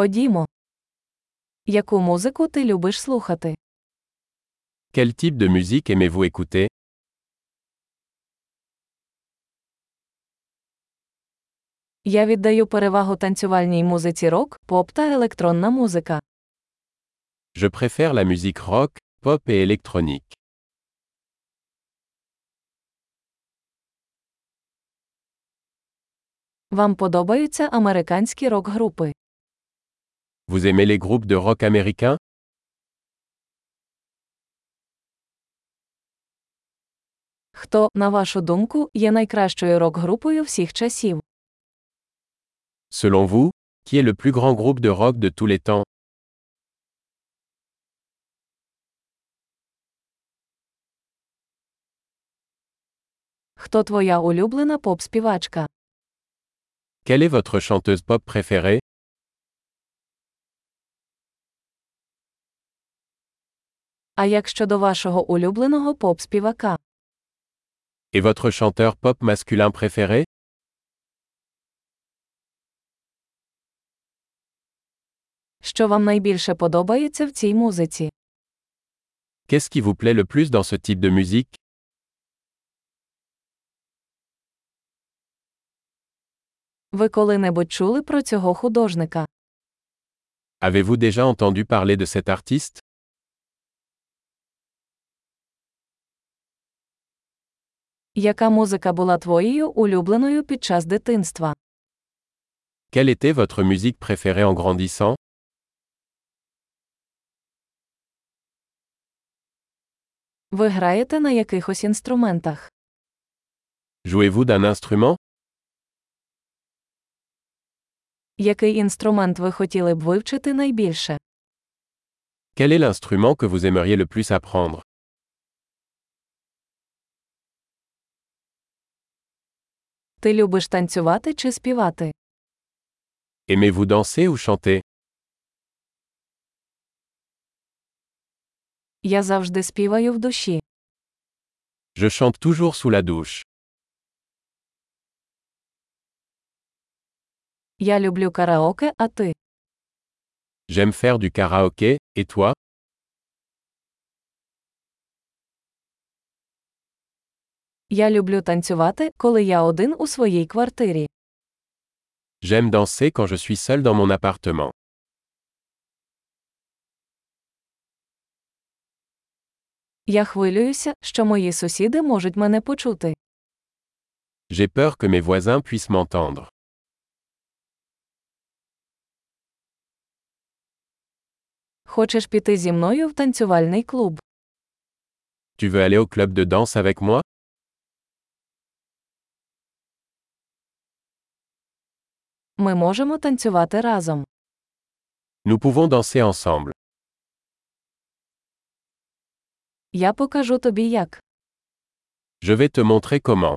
Ходімо. Яку музику ти любиш слухати? Quel type de musique aimez-vous écouter Я віддаю перевагу танцювальній музиці рок, поп та електронна музика. Je préfère la musique rock, pop et électronique. Вам подобаються американські рок-групи. Vous aimez les groupes de rock américains Хто, на вашу думку, є найкращою рок-групою всіх часів? Selon vous, qui est le plus grand groupe de rock de tous les temps Хто твоя улюблена поп-співачка? Quelle est votre chanteuse pop préférée А як щодо вашого улюбленого поп-співака? Et votre chanteur pop masculin préféré Що вам найбільше подобається в цій музиці? Qu'est-ce qui vous plaît le plus dans ce type de musique Ви коли-небудь чули про цього художника? Avez-vous déjà entendu parler de cet artiste Яка музика була твоєю улюбленою під час дитинства? Quelle était votre musique préférée en grandissant Ви граєте на якихось інструментах? Jouez-vous d'un instrument Який інструмент ви хотіли б вивчити найбільше? Quel est l'instrument que vous aimeriez le plus apprendre Ти любиш танцювати чи співати? Aimez-vous danser ou chanter Я завжди співаю в душі. Je chante toujours sous la douche. Я люблю караоке, а ти? J'aime faire du karaoké, et toi Я люблю танцювати, коли я один у своїй квартирі. J'aime danser quand je suis seul dans mon appartement. Я хвилююся, що мої сусіди можуть мене почути. J'ai peur que mes voisins puissent m'entendre. Хочеш піти зі мною в танцювальний клуб? Tu veux aller au club de danse avec moi Ми можемо танцювати разом. Nous pouvons danser ensemble. Я покажу тобі як. Je vais te montrer comment.